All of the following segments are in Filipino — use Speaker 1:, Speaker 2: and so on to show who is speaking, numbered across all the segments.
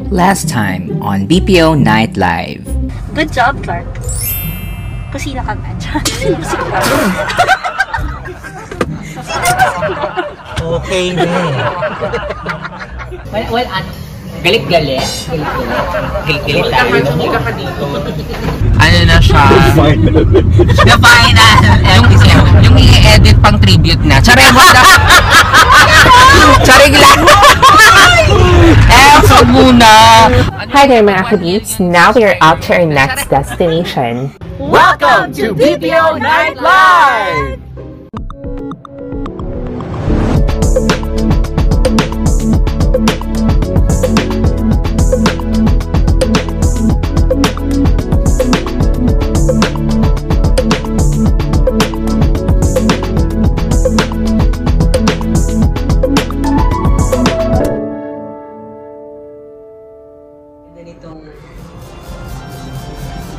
Speaker 1: Last time on BPO Night Live.
Speaker 2: Good job, Clark. Kusina ka nga dyan. Sino si Clark?
Speaker 3: Okay din.
Speaker 1: Well, well ano? Galit-galit? Galit-galit? Galit-galit tayo.
Speaker 3: Ano na siya?
Speaker 1: The final episode. Yung i-edit pang tribute na. Charego lang. Charig lang. Eh, wag muna.
Speaker 4: Hi there, mga kabeats. Now we are out to our next destination.
Speaker 3: Welcome to BPO Night Live!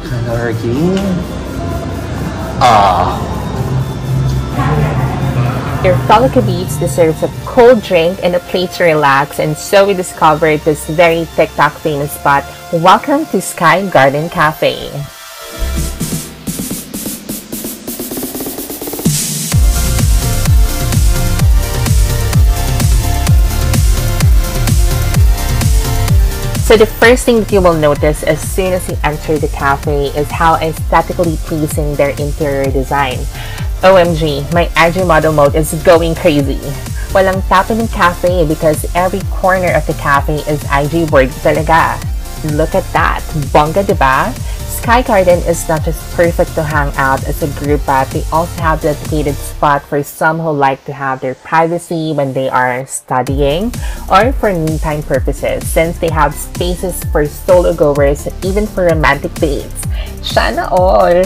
Speaker 3: Hello, Ricky. Ah.
Speaker 4: Your fellow kabeats deserves a cold drink and a plate to relax, and so we discovered this very TikTok famous spot. Welcome to Sky Garden Cafe. So the first thing that you will notice as soon as you enter the cafe is how aesthetically pleasing their interior design. OMG, my IG model mode is going crazy. Walang tapon ng cafe because every corner of the cafe is IG worthy talaga. Look at that, bongga diba? Sky Garden is not just perfect to hang out as a group, but they also have dedicated spot for some who like to have their privacy when they are studying or for me time purposes since they have spaces for solo goers and even for romantic dates. Sana all!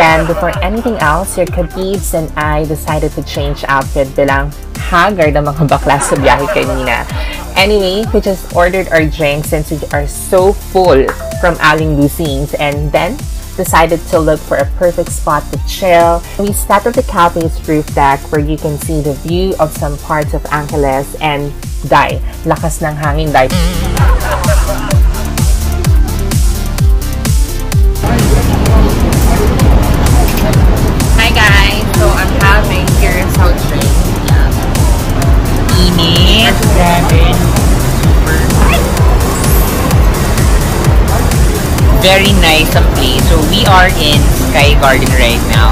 Speaker 4: Then, before anything else, your kabibs and I decided to change outfit bilang haggard ng mga bakla sa biyahe kanina. Anyway, we just ordered our drinks since we are so full from Aling Lucine's and then decided to look for a perfect spot to chill. We sat at the cafe's roof deck where you can see the view of some parts of Angeles and die. Lakas ng hangin, die. Hi guys, so I'm having your sound drink.
Speaker 1: Init. Very nice ang place. So we are in Sky Garden right now.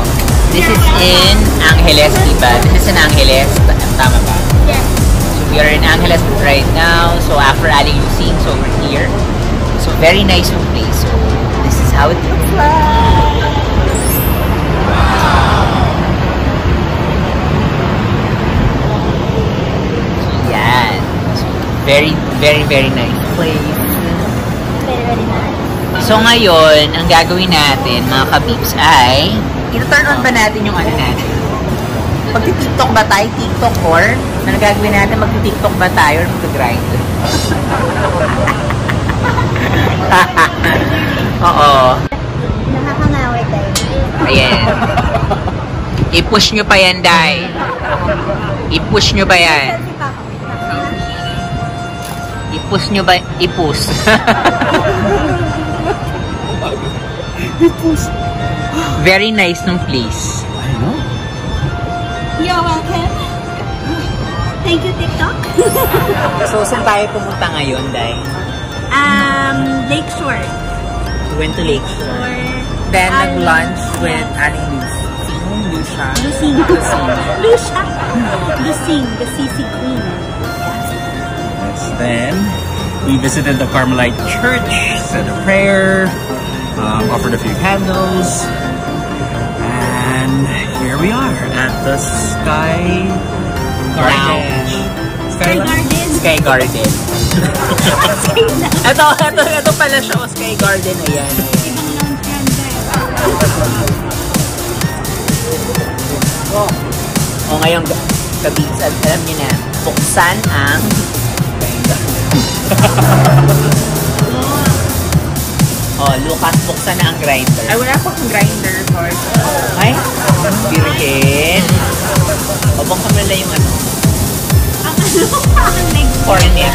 Speaker 1: This is in Angeles, diba? This is in Angeles. T- Tama ba? So we are in Angeles right now. So after Ali Lucine's over here. So very nice yung place. So this is how it looks like. Yan. So, very, very, very nice place.
Speaker 2: Very, very nice.
Speaker 1: So ngayon, ang gagawin natin, mga kabibs, ay... Ito-turn on ba natin yung ano natin? Magti-tiktok ba tayo? Tiktok or? Ano gagawin natin? Magti-tiktok ba tayo or mag-grind? Oo.
Speaker 2: Nakakangaway tayo.
Speaker 1: Ayan. I-push nyo pa yan, Day. I-push nyo pa yan.
Speaker 2: Selfie pa ako.
Speaker 1: Ipus nyo ba? Ipus. Very nice nung place.
Speaker 2: You're welcome. Thank you, TikTok.
Speaker 1: So, saan tayo pumunta ngayon, Day?
Speaker 2: um, Lakeshore.
Speaker 1: We went to Lakeshore. Then,
Speaker 2: Aling-
Speaker 1: nag-lunch with
Speaker 2: yeah.
Speaker 1: Aling Lucy. Lucia.
Speaker 2: Lusing. Lucia. Lusing, the sisig queen.
Speaker 3: Then, we visited the Carmelite Church, said a prayer, um, offered a few candles, and here we are at the Sky
Speaker 1: Lounge.
Speaker 3: Sky
Speaker 2: Garden.
Speaker 1: Sky Garden. ito, ito, ito pala siya. o, Sky Garden. Ayan.
Speaker 2: Ibang lunch yan, guys.
Speaker 1: O ngayon, kabits, alam niyo na, buksan ang... oh, Lucas, buksan na ang grinder. Ay, wala po akong grinder, Lord. Ay, Birkin. O, buksan mo na yung ano,
Speaker 2: Ang ano, ang leg.
Speaker 1: cornet.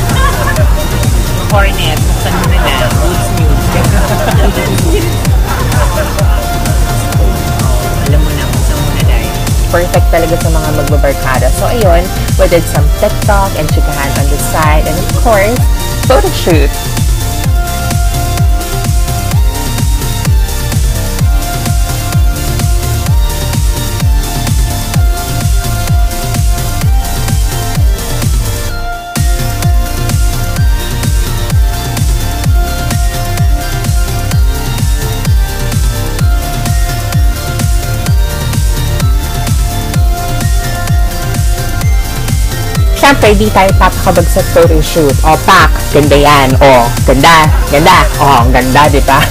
Speaker 1: cornet, buksan mo na na. Boots music. Alam mo na, buksan mo na dahil.
Speaker 4: perfect talaga sa mga magbabarkada. So, ayun, we did some TikTok and chikahan on the side. And of course, photo shoot. Siyempre, di tayo papakabag sa photo shoot. O, pak, ganda yan. O, ganda, ganda. O, ang ganda, di ba?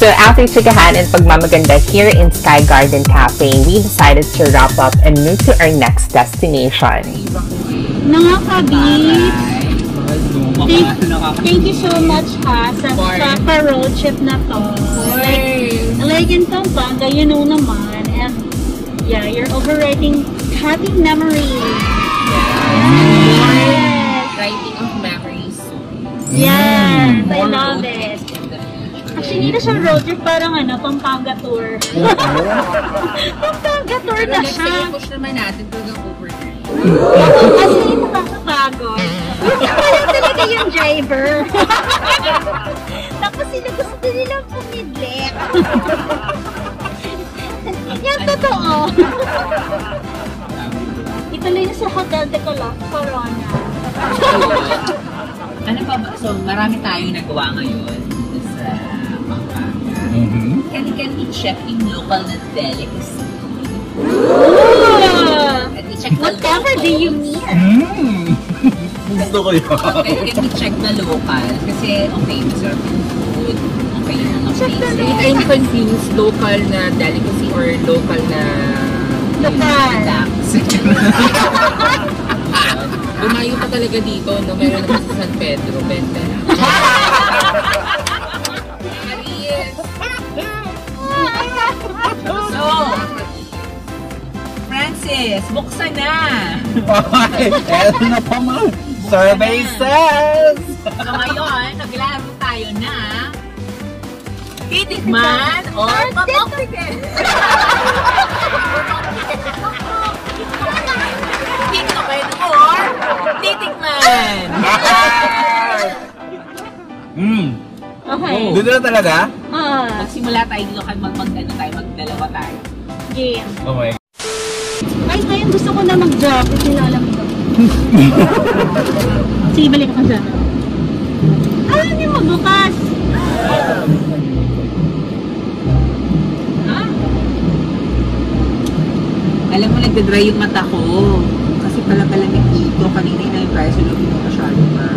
Speaker 4: So after chikahan and pagmamaganda here in Sky Garden Cafe, we decided to wrap up and move to our next destination.
Speaker 2: Nakakabit. Thank,
Speaker 1: Nakaka-
Speaker 2: thank you so much ha sa, sa, sa road trip na to. Like, like in Pampanga, you know naman. And yeah, you're overriding happy memories. Yes.
Speaker 5: writing of memories. Mm.
Speaker 2: Yes, I love it. Actually, hindi na siya road trip, parang ano, Pampanga tour. Pampanga tour na
Speaker 5: Pero next
Speaker 2: siya.
Speaker 5: time, push naman natin pag ang overnight.
Speaker 2: Kasi hindi nakakapagod. Parang talaga yung driver. Tapos sila gusto nilang pumidlek. Yan, totoo. Ituloy na sa Hotel de Coloc, Corona.
Speaker 1: Ano pa ba? So, marami tayong nagawa ngayon sa Pampanga.
Speaker 3: Mm-hmm.
Speaker 1: Can, can we check yung local na delicacy?
Speaker 2: Ooh!
Speaker 1: Can we check the
Speaker 2: Whatever
Speaker 1: local?
Speaker 2: do you mean?
Speaker 3: Gusto ko yun.
Speaker 1: Okay, can we check the local? Kasi, okay, masarap yung food. Okay, yung mga
Speaker 2: Check the
Speaker 1: places.
Speaker 2: local.
Speaker 5: I'm confused local na delicacy or local na
Speaker 2: Local.
Speaker 1: Relax.
Speaker 5: Lumayo pa talaga dito, no? Meron na sa San Pedro, benta na. Yes.
Speaker 1: So, Francis, buksan na!
Speaker 3: Okay, eto na pa man. Survey says...
Speaker 1: So ngayon, naglaro tayo na titikman or papaktikin. Tiktokin or titikman.
Speaker 3: Mm.
Speaker 2: Okay.
Speaker 3: Doon na talaga?
Speaker 2: Ah,
Speaker 1: Magsimula tayo dito kan mag mag ano tayo, magdalawa tayo.
Speaker 2: game.
Speaker 3: Oh my
Speaker 2: Ay, ngayon gusto ko na mag-job. Hindi na alam ko. Sige, balik ako dyan. Alam niyo mo, bukas.
Speaker 1: Alam mo, nagdadry yung mata ko. Kasi pala pala may dito. Kanina na yung price, hindi ko masyado ma...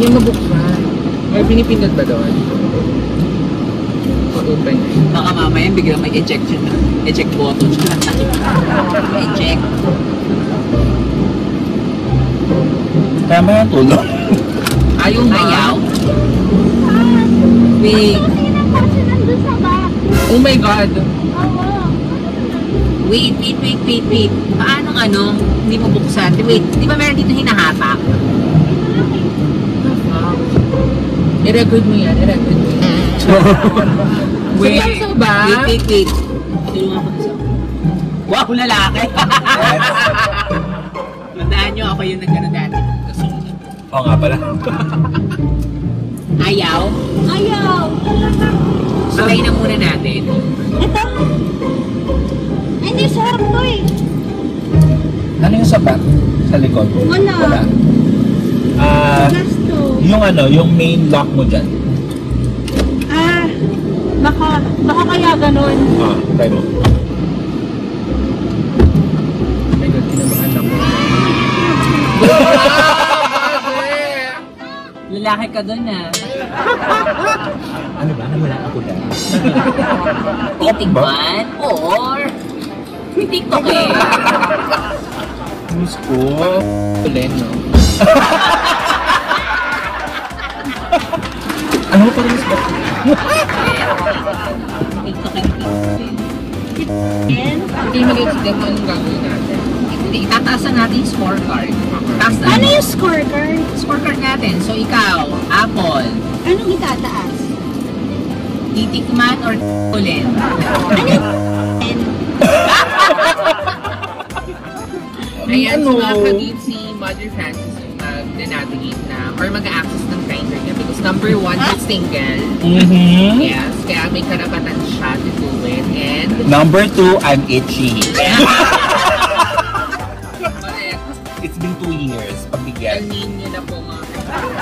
Speaker 5: Yung nabuksan. May pinipindot ba doon? O open.
Speaker 1: Baka mamaya biglang may ejection na. Eject button. Eject.
Speaker 3: Tama yung tulog.
Speaker 1: Ayaw na. Ayaw.
Speaker 5: Wait.
Speaker 2: Kasi yun ang kasi nandun sa back.
Speaker 5: Oh my God.
Speaker 2: Oo.
Speaker 1: Wait, wait, wait, wait, wait. Paano ang ano? Hindi mo buksan. Wait, di ba meron dito hinahatak?
Speaker 5: I-record mo yan. I-record mo yan.
Speaker 1: Wait.
Speaker 5: Seryoso ba?
Speaker 1: Wait, wait, wait. Tulungan ko na siya. Wow, lalaki! Tandaan nyo, ako yung nagkano dati. Gusto ko siya.
Speaker 3: Oo nga pala.
Speaker 1: Ayaw.
Speaker 2: Ayaw.
Speaker 1: Sabay na muna natin.
Speaker 2: Ito. Hindi, sarap to eh.
Speaker 3: Ano yung sapat sa likod?
Speaker 2: Wala.
Speaker 3: Ah,
Speaker 2: Last to.
Speaker 3: yung ano, yung main lock mo dyan.
Speaker 2: Ah, baka, baka kaya ganun.
Speaker 3: Ah, try mo.
Speaker 5: Oh my God, kinabahan ako.
Speaker 1: Lalaki ka doon ah.
Speaker 6: Ano ba? Wala ako na.
Speaker 1: Titigman? Or... TikTok eh.
Speaker 6: Diyos ko.
Speaker 7: Tulen, no?
Speaker 6: Ano pa rin ba?
Speaker 1: TikTok eh.
Speaker 2: And,
Speaker 1: Hindi mag-explain kung ano. anong gagawin natin. Hindi, itataasan natin yung scorecard. Tapos
Speaker 2: ano yung scorecard?
Speaker 1: scorecard natin? So ikaw, Apple,
Speaker 2: Anong itataas?
Speaker 1: titikman or ulit? Ayan, so nakakagit si Mother Francis yung mag-navigate na or mag-access ng kinder niya because number one, he's single.
Speaker 6: Mm-hmm.
Speaker 1: Yes, kaya may karapatan siya to do it and
Speaker 6: Number two, I'm itchy.
Speaker 1: correct,
Speaker 6: It's been two years.
Speaker 1: El
Speaker 6: Pagbigyan.
Speaker 1: Nino na po mga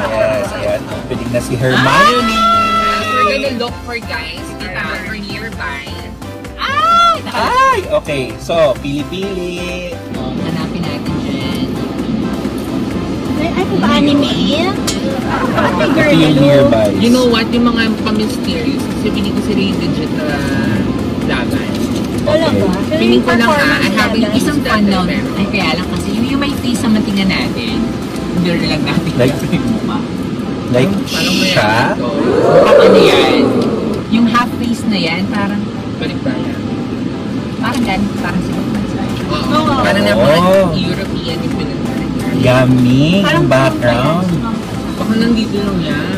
Speaker 6: Yes, ayan. Piling na si Hermione.
Speaker 1: Yes, We're gonna look for guys around or nearby.
Speaker 6: Ay! Okay, so, pili-pili.
Speaker 1: Um, hanapin natin dyan.
Speaker 2: Ay, ano ba? Anime? Ano girl?
Speaker 6: Feel nearby.
Speaker 1: You know what? Yung mga pa-mysterious kasi pinig ko si Ray Digit na laban.
Speaker 2: Wala ba? Pero
Speaker 1: Piling
Speaker 2: yung
Speaker 1: ko lang ha, I
Speaker 2: performance
Speaker 1: have
Speaker 2: niya,
Speaker 1: isang fun note. Ay, kaya lang kasi yung, yung may face na matingnan natin, blur lang natin.
Speaker 6: Like-
Speaker 1: yung mukha.
Speaker 6: Like,
Speaker 1: Anong
Speaker 6: siya?
Speaker 1: mayaman to? Parang ano yan? Yung half face na yan, parang... Balikbayan. Parang ganito, parang si Balikbayan. Oo.
Speaker 2: Oo.
Speaker 1: Parang
Speaker 6: Oo.
Speaker 1: European yung pinagbalikbayan.
Speaker 6: Yummy
Speaker 2: Parang
Speaker 6: yung background.
Speaker 1: Baka nandito lang yan.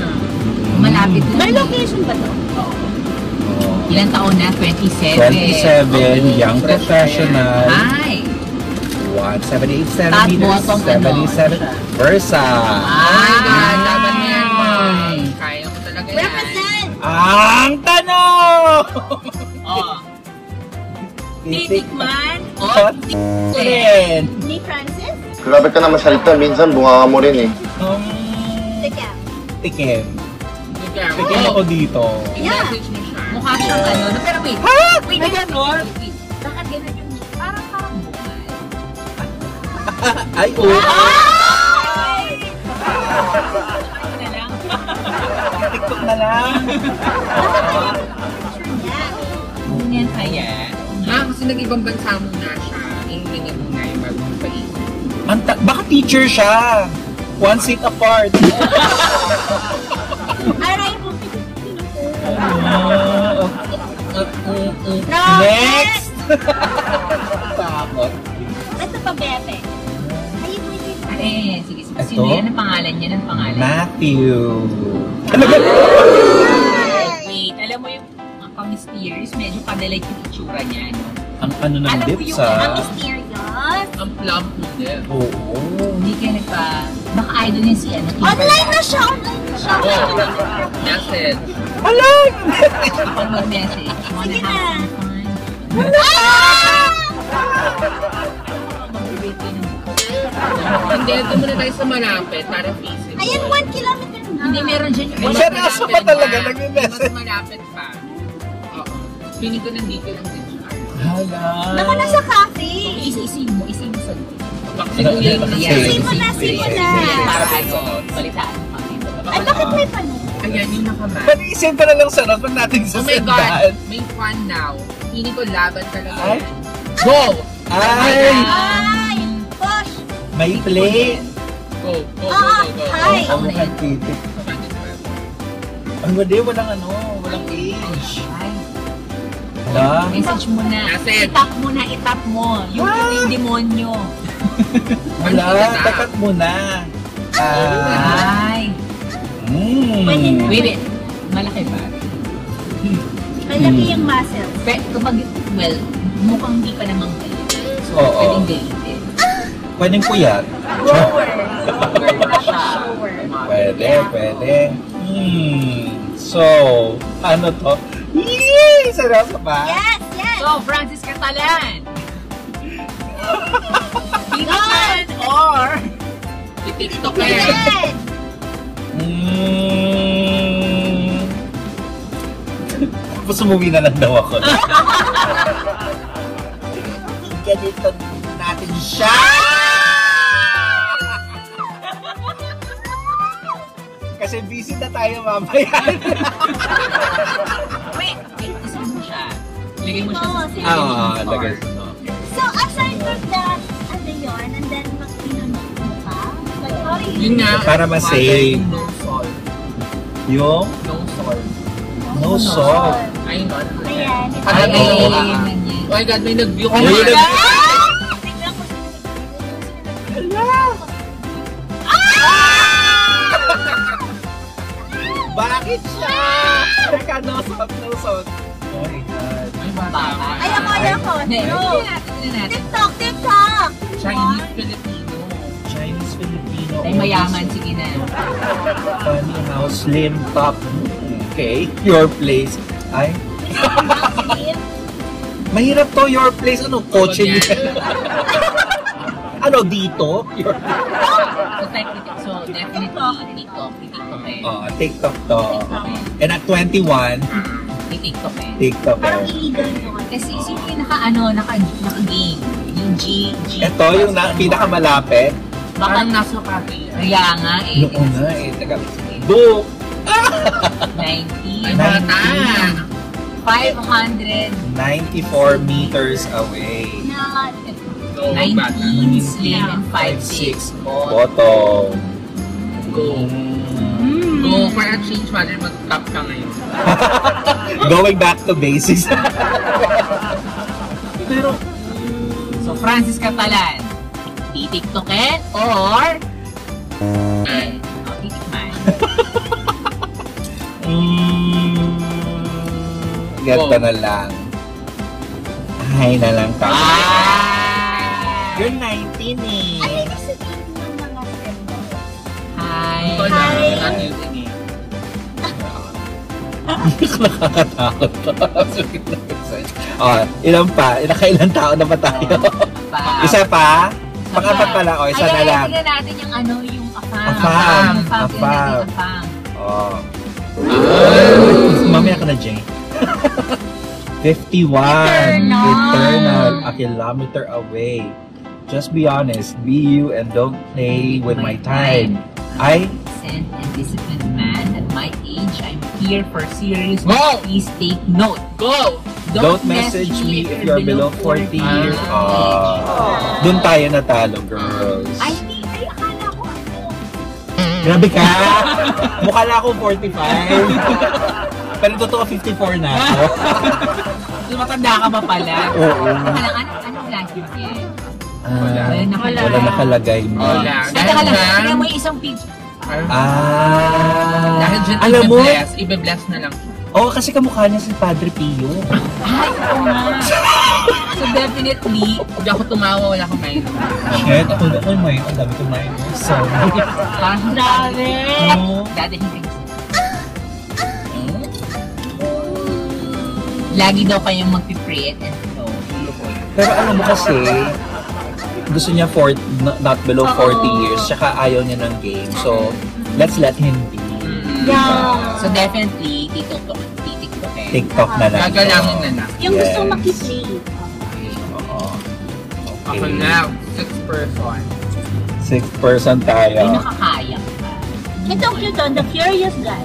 Speaker 1: Malapit lang.
Speaker 2: May location ba to?
Speaker 6: Oh.
Speaker 1: Ilang taon na? 27.
Speaker 6: 27, young
Speaker 1: Fresh
Speaker 6: professional.
Speaker 1: na yan. Ay!
Speaker 6: 178
Speaker 1: Tapos,
Speaker 6: centimeters,
Speaker 1: ang ano,
Speaker 6: 77 versa. Ah!
Speaker 1: Ay, God. Laban mo yan, boy. Kaya ko talaga yan.
Speaker 2: Represent!
Speaker 6: Ang tanong!
Speaker 1: Oo. Titikman o
Speaker 6: Hot rin.
Speaker 2: Ni Francis?
Speaker 8: Grabe ka na masalita. Minsan bunga ka mo rin eh.
Speaker 6: Um,
Speaker 2: Sige.
Speaker 6: tikim.
Speaker 1: titikman?
Speaker 6: Tikim ako dito.
Speaker 2: Yeah.
Speaker 1: I-message mo siya. Mukha siyang ano. no, Pero wait.
Speaker 6: Ha?
Speaker 1: Wait, wait, wait, wait. Bakit ganun yung parang parang bukal?
Speaker 6: Ay, oh.
Speaker 2: Ah!
Speaker 1: Ano na lang?
Speaker 6: TikTok na lang.
Speaker 1: Ganyan kaya? Ah, kasi nag-ibang bansa muna siya. England na muna yung bago pa
Speaker 6: Anta, baka teacher siya. One seat apart.
Speaker 2: Aray mo.
Speaker 6: Ah,
Speaker 2: No!
Speaker 6: Next! Takot.
Speaker 2: Ito pa, Bebe. Ay, pwede.
Speaker 1: Eh, sige, sige.
Speaker 6: Eto?
Speaker 1: Sino yan? Ang pangalan niya? Ang pangalan?
Speaker 6: Matthew. Talaga?
Speaker 1: Wait, alam mo yung mga pang-mysterious, medyo padalag yung itsura niya. No?
Speaker 6: Ang ano ng
Speaker 1: Alam ko
Speaker 6: lips
Speaker 1: yung-
Speaker 2: Ang
Speaker 6: ah.
Speaker 2: mysterious.
Speaker 1: Ang plump niya.
Speaker 6: Oo.
Speaker 1: Hindi ka nagpa... Baka idol niya si ano.
Speaker 2: Online na siya! Online na siya!
Speaker 1: Message.
Speaker 6: Hello!
Speaker 1: Ako mag-message. Wanna
Speaker 2: Sige
Speaker 1: have
Speaker 2: na.
Speaker 1: some fun? Mag-debate kayo ng- Hindi, ito muna tayo sa malapit para face it.
Speaker 2: Ayan, 1 kilometer na.
Speaker 1: Hindi, meron dyan yung...
Speaker 6: Seryoso pa talaga, nagme-message.
Speaker 1: Mas malapit pa. Oo. Pinig ko nandito lang din siya.
Speaker 6: Hala.
Speaker 2: Baka nasa cafe.
Speaker 1: Isi-isi mo, isi mo sa
Speaker 6: Ano, ano, ano,
Speaker 2: Save mo na, save mo na.
Speaker 1: Para ano, balitaan.
Speaker 2: Ay, bakit may panin?
Speaker 1: Ayan yung nakaman.
Speaker 6: Pag-iisip ka na lang sa Ross, pag natin sa
Speaker 1: Oh my
Speaker 6: sandaan.
Speaker 1: God, may fun now. Hindi ko laban talaga. yan.
Speaker 6: Ay.
Speaker 1: Go!
Speaker 2: Ay,
Speaker 6: Ay!
Speaker 2: push!
Speaker 6: May play.
Speaker 1: Go, go, go,
Speaker 2: Ah,
Speaker 1: go, go.
Speaker 2: hi.
Speaker 6: Ang nagtitik. Ang wala, walang ano, walang age. Hala.
Speaker 1: Message mo na. Itap mo na, itap mo. Yung
Speaker 6: Ah!
Speaker 1: ah! demonyo.
Speaker 6: Wala, takat mo na. Ah.
Speaker 1: Ay.
Speaker 6: Mm.
Speaker 1: Wait, wait. malaki ba?
Speaker 2: Malaki yung muscles.
Speaker 1: Pe, kapag, well, mukhang hindi pa namang galit. So,
Speaker 6: Oo.
Speaker 1: pwedeng galitin.
Speaker 6: Pwedeng puyat.
Speaker 2: Lower.
Speaker 1: Shower.
Speaker 6: Pwede, pwede. Hmm. So, ano to? Yay! Sarap ba?
Speaker 2: Yes, yes.
Speaker 1: So, Francis Catalan! Titikman or... Titiktok
Speaker 2: Yes.
Speaker 6: Hmm. Tapos umuwi na lang daw ako. Ganito natin siya! Kasi busy na tayo mamaya.
Speaker 1: Wait, wait, isa mo siya. Lagay mo siya sa
Speaker 2: Oo, sige.
Speaker 1: lagay mo
Speaker 3: Ah,
Speaker 1: sa
Speaker 3: lagay.
Speaker 1: car.
Speaker 2: So, aside from that, ano yun, and then mag-inunog mo pa? Like, how do you
Speaker 5: Yun nga.
Speaker 6: Para
Speaker 5: mother,
Speaker 6: ma-save.
Speaker 5: No salt.
Speaker 6: Yung
Speaker 5: No salt.
Speaker 6: no salt.
Speaker 5: Ay, not
Speaker 2: Ayan.
Speaker 1: Ay, ay,
Speaker 5: Ay, oo.
Speaker 6: Ano?
Speaker 1: ay,
Speaker 5: Oh my God, may nag-view.
Speaker 1: Ano
Speaker 6: Oh my God!
Speaker 2: Ah! Tignan ko sino nag-inunog. Ah!
Speaker 6: Bakit siya? Teka, no salt, no salt. Oh my God.
Speaker 5: Ay, bata pa.
Speaker 2: Ayoko, ayoko. No.
Speaker 1: Tingnan natin.
Speaker 2: TikTok, TikTok!
Speaker 5: Chinese, Filipino.
Speaker 6: Chinese Filipino.
Speaker 1: Ay, mayaman, sige na.
Speaker 6: Funny how slim top. Okay, your place. Ay, mahirap to your place. Ano, kotse
Speaker 5: Yan.
Speaker 6: niya? ano, dito? Your
Speaker 1: So, technically, so definitely, TikTok. May TikTok eh.
Speaker 6: Oh, TikTok to. And at 21,
Speaker 1: May TikTok eh.
Speaker 6: TikTok.
Speaker 2: Parang
Speaker 6: eh.
Speaker 2: illegal yun.
Speaker 1: Kasi sino yung naka, ano, naka, naka-game? Yung G, G.
Speaker 6: Ito yung na, pinakamalapit.
Speaker 1: Baka
Speaker 5: Parang nasa Paris.
Speaker 1: Kaya nga eh.
Speaker 6: Noon na eh. Taga, do,
Speaker 1: 90.
Speaker 5: Ay, bata.
Speaker 1: 500.
Speaker 6: 94 meters away.
Speaker 2: Na,
Speaker 5: No, bata.
Speaker 1: 19. Slim and 5'6.
Speaker 6: 5'6 Boto.
Speaker 5: Go.
Speaker 2: mm,
Speaker 5: Go. For a change, mother, mag-top ka ngayon.
Speaker 6: Going back to basics. Pero,
Speaker 1: So, Francis Catalan. Titiktokin or... Eh, oh, titikman.
Speaker 6: mm, ganito na lang. Hi na lang tayo.
Speaker 1: Ah!
Speaker 6: You're 19
Speaker 2: ay,
Speaker 6: eh.
Speaker 2: ibig sabihin ng mga friend ko.
Speaker 1: Hi!
Speaker 5: Ikaw na,
Speaker 2: Hi.
Speaker 5: not using it.
Speaker 6: Nakakatakot to. oh, ilan pa? Nakailan tao na ba tayo?
Speaker 1: Pa.
Speaker 6: isa pa? Pangapat pala. O, isa na
Speaker 1: Ayan,
Speaker 6: lang.
Speaker 1: tingnan natin yung ano, yung apang.
Speaker 6: Apang,
Speaker 1: Apang. tingnan natin
Speaker 6: apang.
Speaker 1: yung apang.
Speaker 6: Oh. Mamaya ka na, Jane. 51.
Speaker 2: Eternal.
Speaker 6: Eternal. A kilometer away. Just be honest. Be you and don't play with my time. I
Speaker 1: Sent and disciplined man. At my age, I'm here for serious
Speaker 5: Wow!
Speaker 1: Please take note.
Speaker 5: Go!
Speaker 6: don't message me if you're below 40 years old. Doon tayo natalo, girls.
Speaker 2: Ay, hindi. Ay, akala ko ano.
Speaker 6: Grabe ka! Mukha na akong 45. Pero totoo, 54 na ako.
Speaker 1: Tumatanda ka ba pala?
Speaker 6: Oo.
Speaker 1: Kailangan, anong last year niya?
Speaker 6: Wala.
Speaker 1: Wala.
Speaker 6: Wala nakalagay mo.
Speaker 5: Wala.
Speaker 1: Teka lang,
Speaker 5: Dahil
Speaker 1: tingnan
Speaker 5: lang-
Speaker 1: mo yung isang picture.
Speaker 6: Ah.
Speaker 5: Dahil dyan,
Speaker 6: alam mo,
Speaker 5: ibe-bless. Ibe-bless na lang.
Speaker 6: oo kasi kamukha niya si Padre Pio.
Speaker 1: Ay, oo nga. So definitely,
Speaker 5: Hindi ako tumawa, wala akong mind.
Speaker 6: Shit, ako na, oh my, ang dami kumain. Sorry.
Speaker 1: parang
Speaker 2: Grabe.
Speaker 6: Oo.
Speaker 1: dadahiling siya.
Speaker 6: Hmm?
Speaker 1: Lagi daw kayong mag-create and flow.
Speaker 6: Pero alam mo kasi, gusto niya for, not- not below 40 years, tsaka ayaw niya ng game. So, let's let him be. Hmm.
Speaker 2: Yeah.
Speaker 1: So definitely, titiktok, titiktok eh.
Speaker 6: TikTok na lang.
Speaker 5: Gagalangin na lang.
Speaker 2: Yung
Speaker 6: Yes.
Speaker 2: gusto makiplay.
Speaker 6: Oo.
Speaker 5: Ako na, six person.
Speaker 6: Sixth person
Speaker 1: Ay,
Speaker 6: tayo.
Speaker 1: nakakaya.
Speaker 2: Ito cute on the curious guy.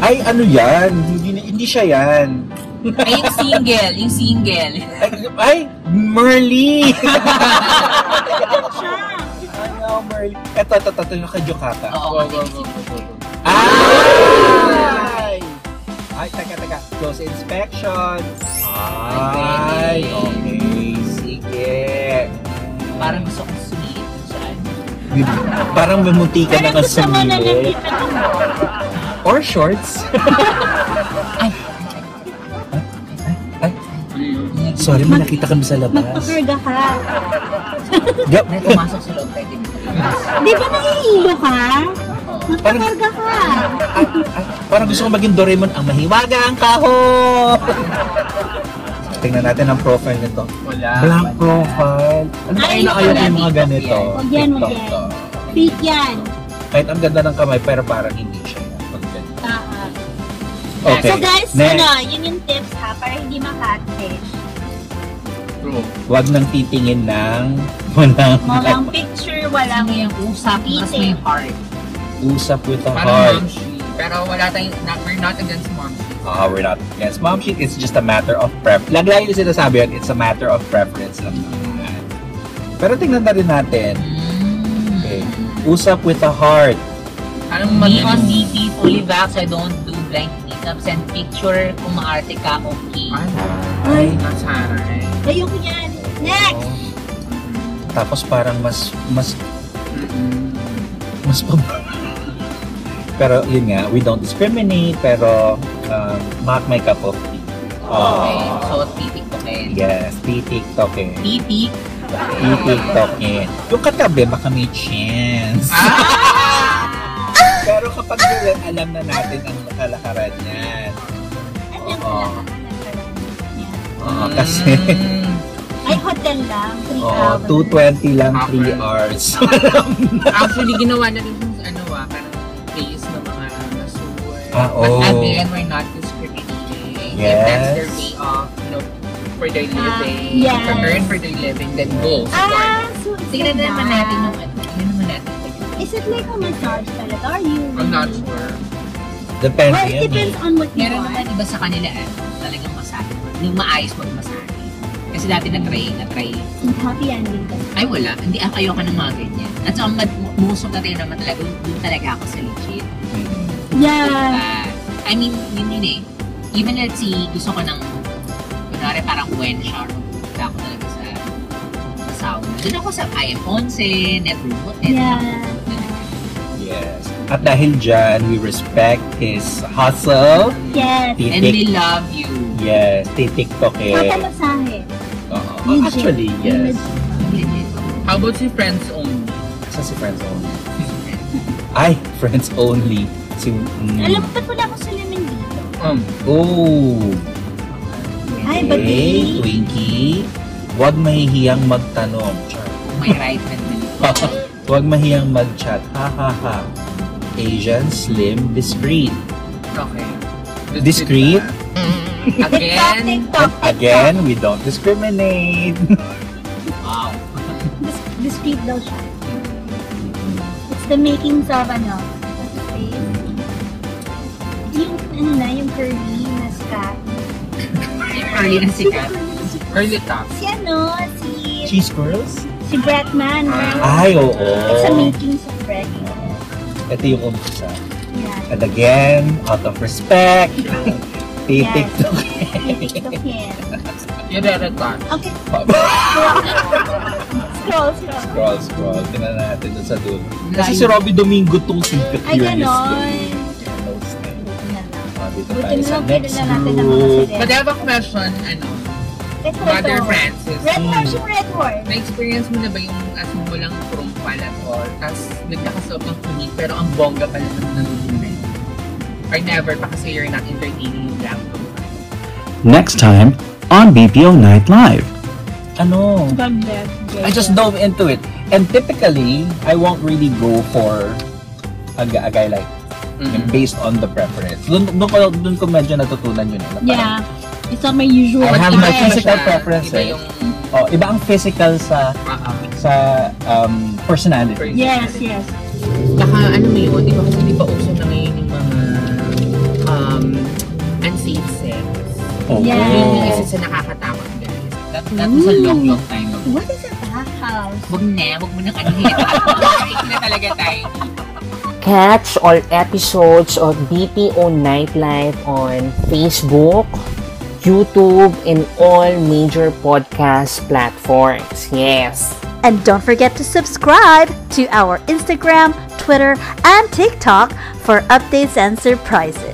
Speaker 6: Ay, ano yan? Hindi, hindi siya yan.
Speaker 1: Ay, yung single, yung single.
Speaker 6: Ay, ay Merly!
Speaker 2: Cute siya.
Speaker 6: ano, Merly? Eto, eto, eto, eto, nakajokata.
Speaker 1: Oo,
Speaker 5: Go, go,
Speaker 1: kasi
Speaker 5: go, go, go, go.
Speaker 6: Ay! Ay, teka, teka. Close inspection. Ay, okay. Sige.
Speaker 1: parang gusto kong sumilip dyan.
Speaker 6: Parang mamunti ka na
Speaker 2: Parang gusto mo na
Speaker 6: kasumili.
Speaker 2: nakita ko.
Speaker 6: Or shorts. Sorry, may nakita kami sa labas.
Speaker 2: Magpakarga ka.
Speaker 6: Ga-
Speaker 1: May pumasok sa loob, pwede mo.
Speaker 2: Di ba nahihilo ka? Magpakarga ka.
Speaker 6: Parang gusto ko maging Doraemon ang mahiwaga ang kaho. Tingnan natin ang profile nito.
Speaker 5: Wala.
Speaker 6: Blank profile. Ano ba
Speaker 2: Ay,
Speaker 6: kayo na kayo
Speaker 1: wala.
Speaker 6: yung mga
Speaker 1: TikTok
Speaker 6: ganito?
Speaker 1: yan.
Speaker 2: Huwag yan, huwag
Speaker 6: TikTok
Speaker 2: yan.
Speaker 6: to.
Speaker 2: Fake yan.
Speaker 6: Kahit ang ganda ng kamay, pero parang hindi siya. yan. Pag ganito.
Speaker 2: Taas.
Speaker 6: Okay.
Speaker 2: So guys,
Speaker 6: Next.
Speaker 2: ano, yun yung tips ha, para hindi ma-catfish.
Speaker 5: True.
Speaker 6: Huwag nang titingin ng walang...
Speaker 2: Walang picture, walang
Speaker 1: Walang yung usap, mas may heart.
Speaker 6: Usap with a
Speaker 5: Parang
Speaker 6: heart.
Speaker 5: mom she. Pero wala tayong, not, we're not against mom she.
Speaker 6: Ah, we're not against mom shit. It's just a matter of pref. Laglayo yung sinasabi yun, it's a matter of preference lang naman. Pero tingnan na rin natin. Okay. Usap with a heart.
Speaker 5: Parang
Speaker 1: Me
Speaker 5: mag-
Speaker 1: on DP, fully vax, I don't do blank meetups and picture kung maarte ka, okay.
Speaker 5: Ay, nasaray.
Speaker 2: Ayoko yan. Next!
Speaker 6: Tapos parang mas, mas, mas pab- Pero yun nga, we don't discriminate, pero um, mock my cup of tea.
Speaker 1: Okay, so titik ko kayo.
Speaker 6: Yes, titiktokin.
Speaker 1: Titik?
Speaker 6: Titiktokin. Yung katabi, baka may chance. Pero kapag yun, alam na natin ang kalakaran niyan.
Speaker 2: Ano yung
Speaker 6: Oo. Oo,
Speaker 5: Mm.
Speaker 6: kasi,
Speaker 2: Ay, hotel lang. Three
Speaker 6: oo,
Speaker 2: hours.
Speaker 6: 220 lang, 3
Speaker 5: Awkward.
Speaker 6: hours.
Speaker 5: Actually, ginawa na rin yung ano ah, parang case ng mga nasur.
Speaker 6: Ah, oo.
Speaker 5: But at the end, we're not discriminating. If
Speaker 6: Yes.
Speaker 5: that's their way of, you know, for their
Speaker 1: Ah,
Speaker 5: living,
Speaker 2: yes.
Speaker 5: to earn for their living, then go.
Speaker 2: Ah, so it's
Speaker 1: Tingnan
Speaker 2: like
Speaker 1: naman
Speaker 2: that.
Speaker 1: natin yung ano. Tingnan naman natin.
Speaker 2: Is it like a massage talaga? Are you?
Speaker 5: I'm not sure.
Speaker 6: Depende
Speaker 2: Well, it
Speaker 6: yun eh.
Speaker 2: depends on what you
Speaker 1: Meron naman
Speaker 2: want.
Speaker 1: iba sa kanila ano, talagang masahe. Yung maayos magmasahe. Kasi dati na-try, na-try.
Speaker 2: And happy ending.
Speaker 1: Ay wala, hindi ako ayoko ng mga ganyan. At saka mad- most of the time naman talaga, doon talaga ako sa legit.
Speaker 2: Yeah.
Speaker 1: Ah, I mean, yun yun eh. Even let's see, gusto ko ng, kunwari parang when shower, pupunta ako talaga sa, sa sauna. Doon ako sa eh, IM Onsen, Network Hotel.
Speaker 2: Yeah.
Speaker 6: Yes. At dahil dyan, we respect his hustle.
Speaker 2: Yes.
Speaker 1: And we
Speaker 6: Titik.
Speaker 1: love you.
Speaker 6: Yes, titiktokin.
Speaker 2: Papamasahe.
Speaker 6: Oo. Actually, yes.
Speaker 1: Legit.
Speaker 5: How about si friends only?
Speaker 6: Sa si friends only. Ay, friends only. Si... mm.
Speaker 2: Alam mo, ba't wala akong salamin dito?
Speaker 5: Um,
Speaker 6: Oh.
Speaker 2: Ay,
Speaker 6: Hey,
Speaker 2: baby.
Speaker 6: Twinkie. Huwag mahihiyang magtanong. Char.
Speaker 1: My right hand.
Speaker 6: Huwag mahiyang mag-chat. Ha ha ha. Asian, slim, discreet.
Speaker 5: okay.
Speaker 6: Discreet?
Speaker 2: TikTok,
Speaker 5: ba? Again?
Speaker 2: TikTok.
Speaker 6: Again, we don't discriminate.
Speaker 2: Dis- Discreet daw siya. It's the makings of ano, what's his face? Yung ano na, yung curly na sikat.
Speaker 1: Early na sikat.
Speaker 5: Curly top.
Speaker 2: Si ano, si,
Speaker 6: Cheese curls?
Speaker 2: si Bretman. right?
Speaker 6: Ay, oo.
Speaker 2: It's the makings of Bretman.
Speaker 6: Ito yung umpisa.
Speaker 2: Yeah.
Speaker 6: And again, out of respect, titik
Speaker 2: Yes.
Speaker 6: to
Speaker 2: TikTok yan.
Speaker 5: Yung red top.
Speaker 2: Okay, scroll, scroll.
Speaker 6: Scroll, scroll. Tingnan natin dun sa dulo. Kasi
Speaker 1: Line.
Speaker 6: si Robbie Domingo tong si The
Speaker 2: Ay,
Speaker 6: Curious
Speaker 2: ganon.
Speaker 6: Guy. Knows na yun. Ah, Dito
Speaker 2: Buti
Speaker 6: tayo
Speaker 2: na
Speaker 6: sa
Speaker 2: lang,
Speaker 6: next
Speaker 2: pinala natin ng mga
Speaker 6: group.
Speaker 5: But I
Speaker 2: sila.
Speaker 5: have a question, ano,
Speaker 2: Ito,
Speaker 5: Mother
Speaker 2: ito.
Speaker 5: Francis.
Speaker 2: Red horse yung red horse.
Speaker 5: Na-experience mo na ba yung ah, as mo walang prumpal at all? Tapos nagkakasok ng kunig pero ang bongga pala ng nanununay. Or never pa kasi you're not entertaining yung black prumpal.
Speaker 9: Next time on BPO Night Live.
Speaker 6: Ano? I just dove into it. And typically, I won't really go for a, gu- a guy like
Speaker 2: Mm-hmm.
Speaker 6: him based on the preference. Doon, doon, ko, doon ko medyo natutunan yun. eh, na parang,
Speaker 2: It's not my usual.
Speaker 6: I have
Speaker 5: Iba
Speaker 6: my
Speaker 5: yung
Speaker 6: physical
Speaker 5: siya,
Speaker 6: preferences.
Speaker 5: Iba yung...
Speaker 6: Oh, iba ang physical sa
Speaker 5: Ah, ah.
Speaker 6: sa um, personality.
Speaker 2: Yes, yes.
Speaker 5: Saka ano mo yun, di ba kasi di ba uso na ngayon yung mga um, unsafe sex.
Speaker 6: Oh.
Speaker 2: Yes.
Speaker 5: Yun yung isa sa nakakatakot guys. That, that was a long, long time ago.
Speaker 2: What is it, ah, house?
Speaker 1: Huwag na, huwag mo nang
Speaker 5: ano
Speaker 1: anuhin. Break na talaga tayo.
Speaker 4: Catch all episodes of BPO Nightlife on Facebook, YouTube, and all major podcast platforms. Yes.
Speaker 10: And don't forget to subscribe to our Instagram, Twitter, and TikTok for updates and surprises.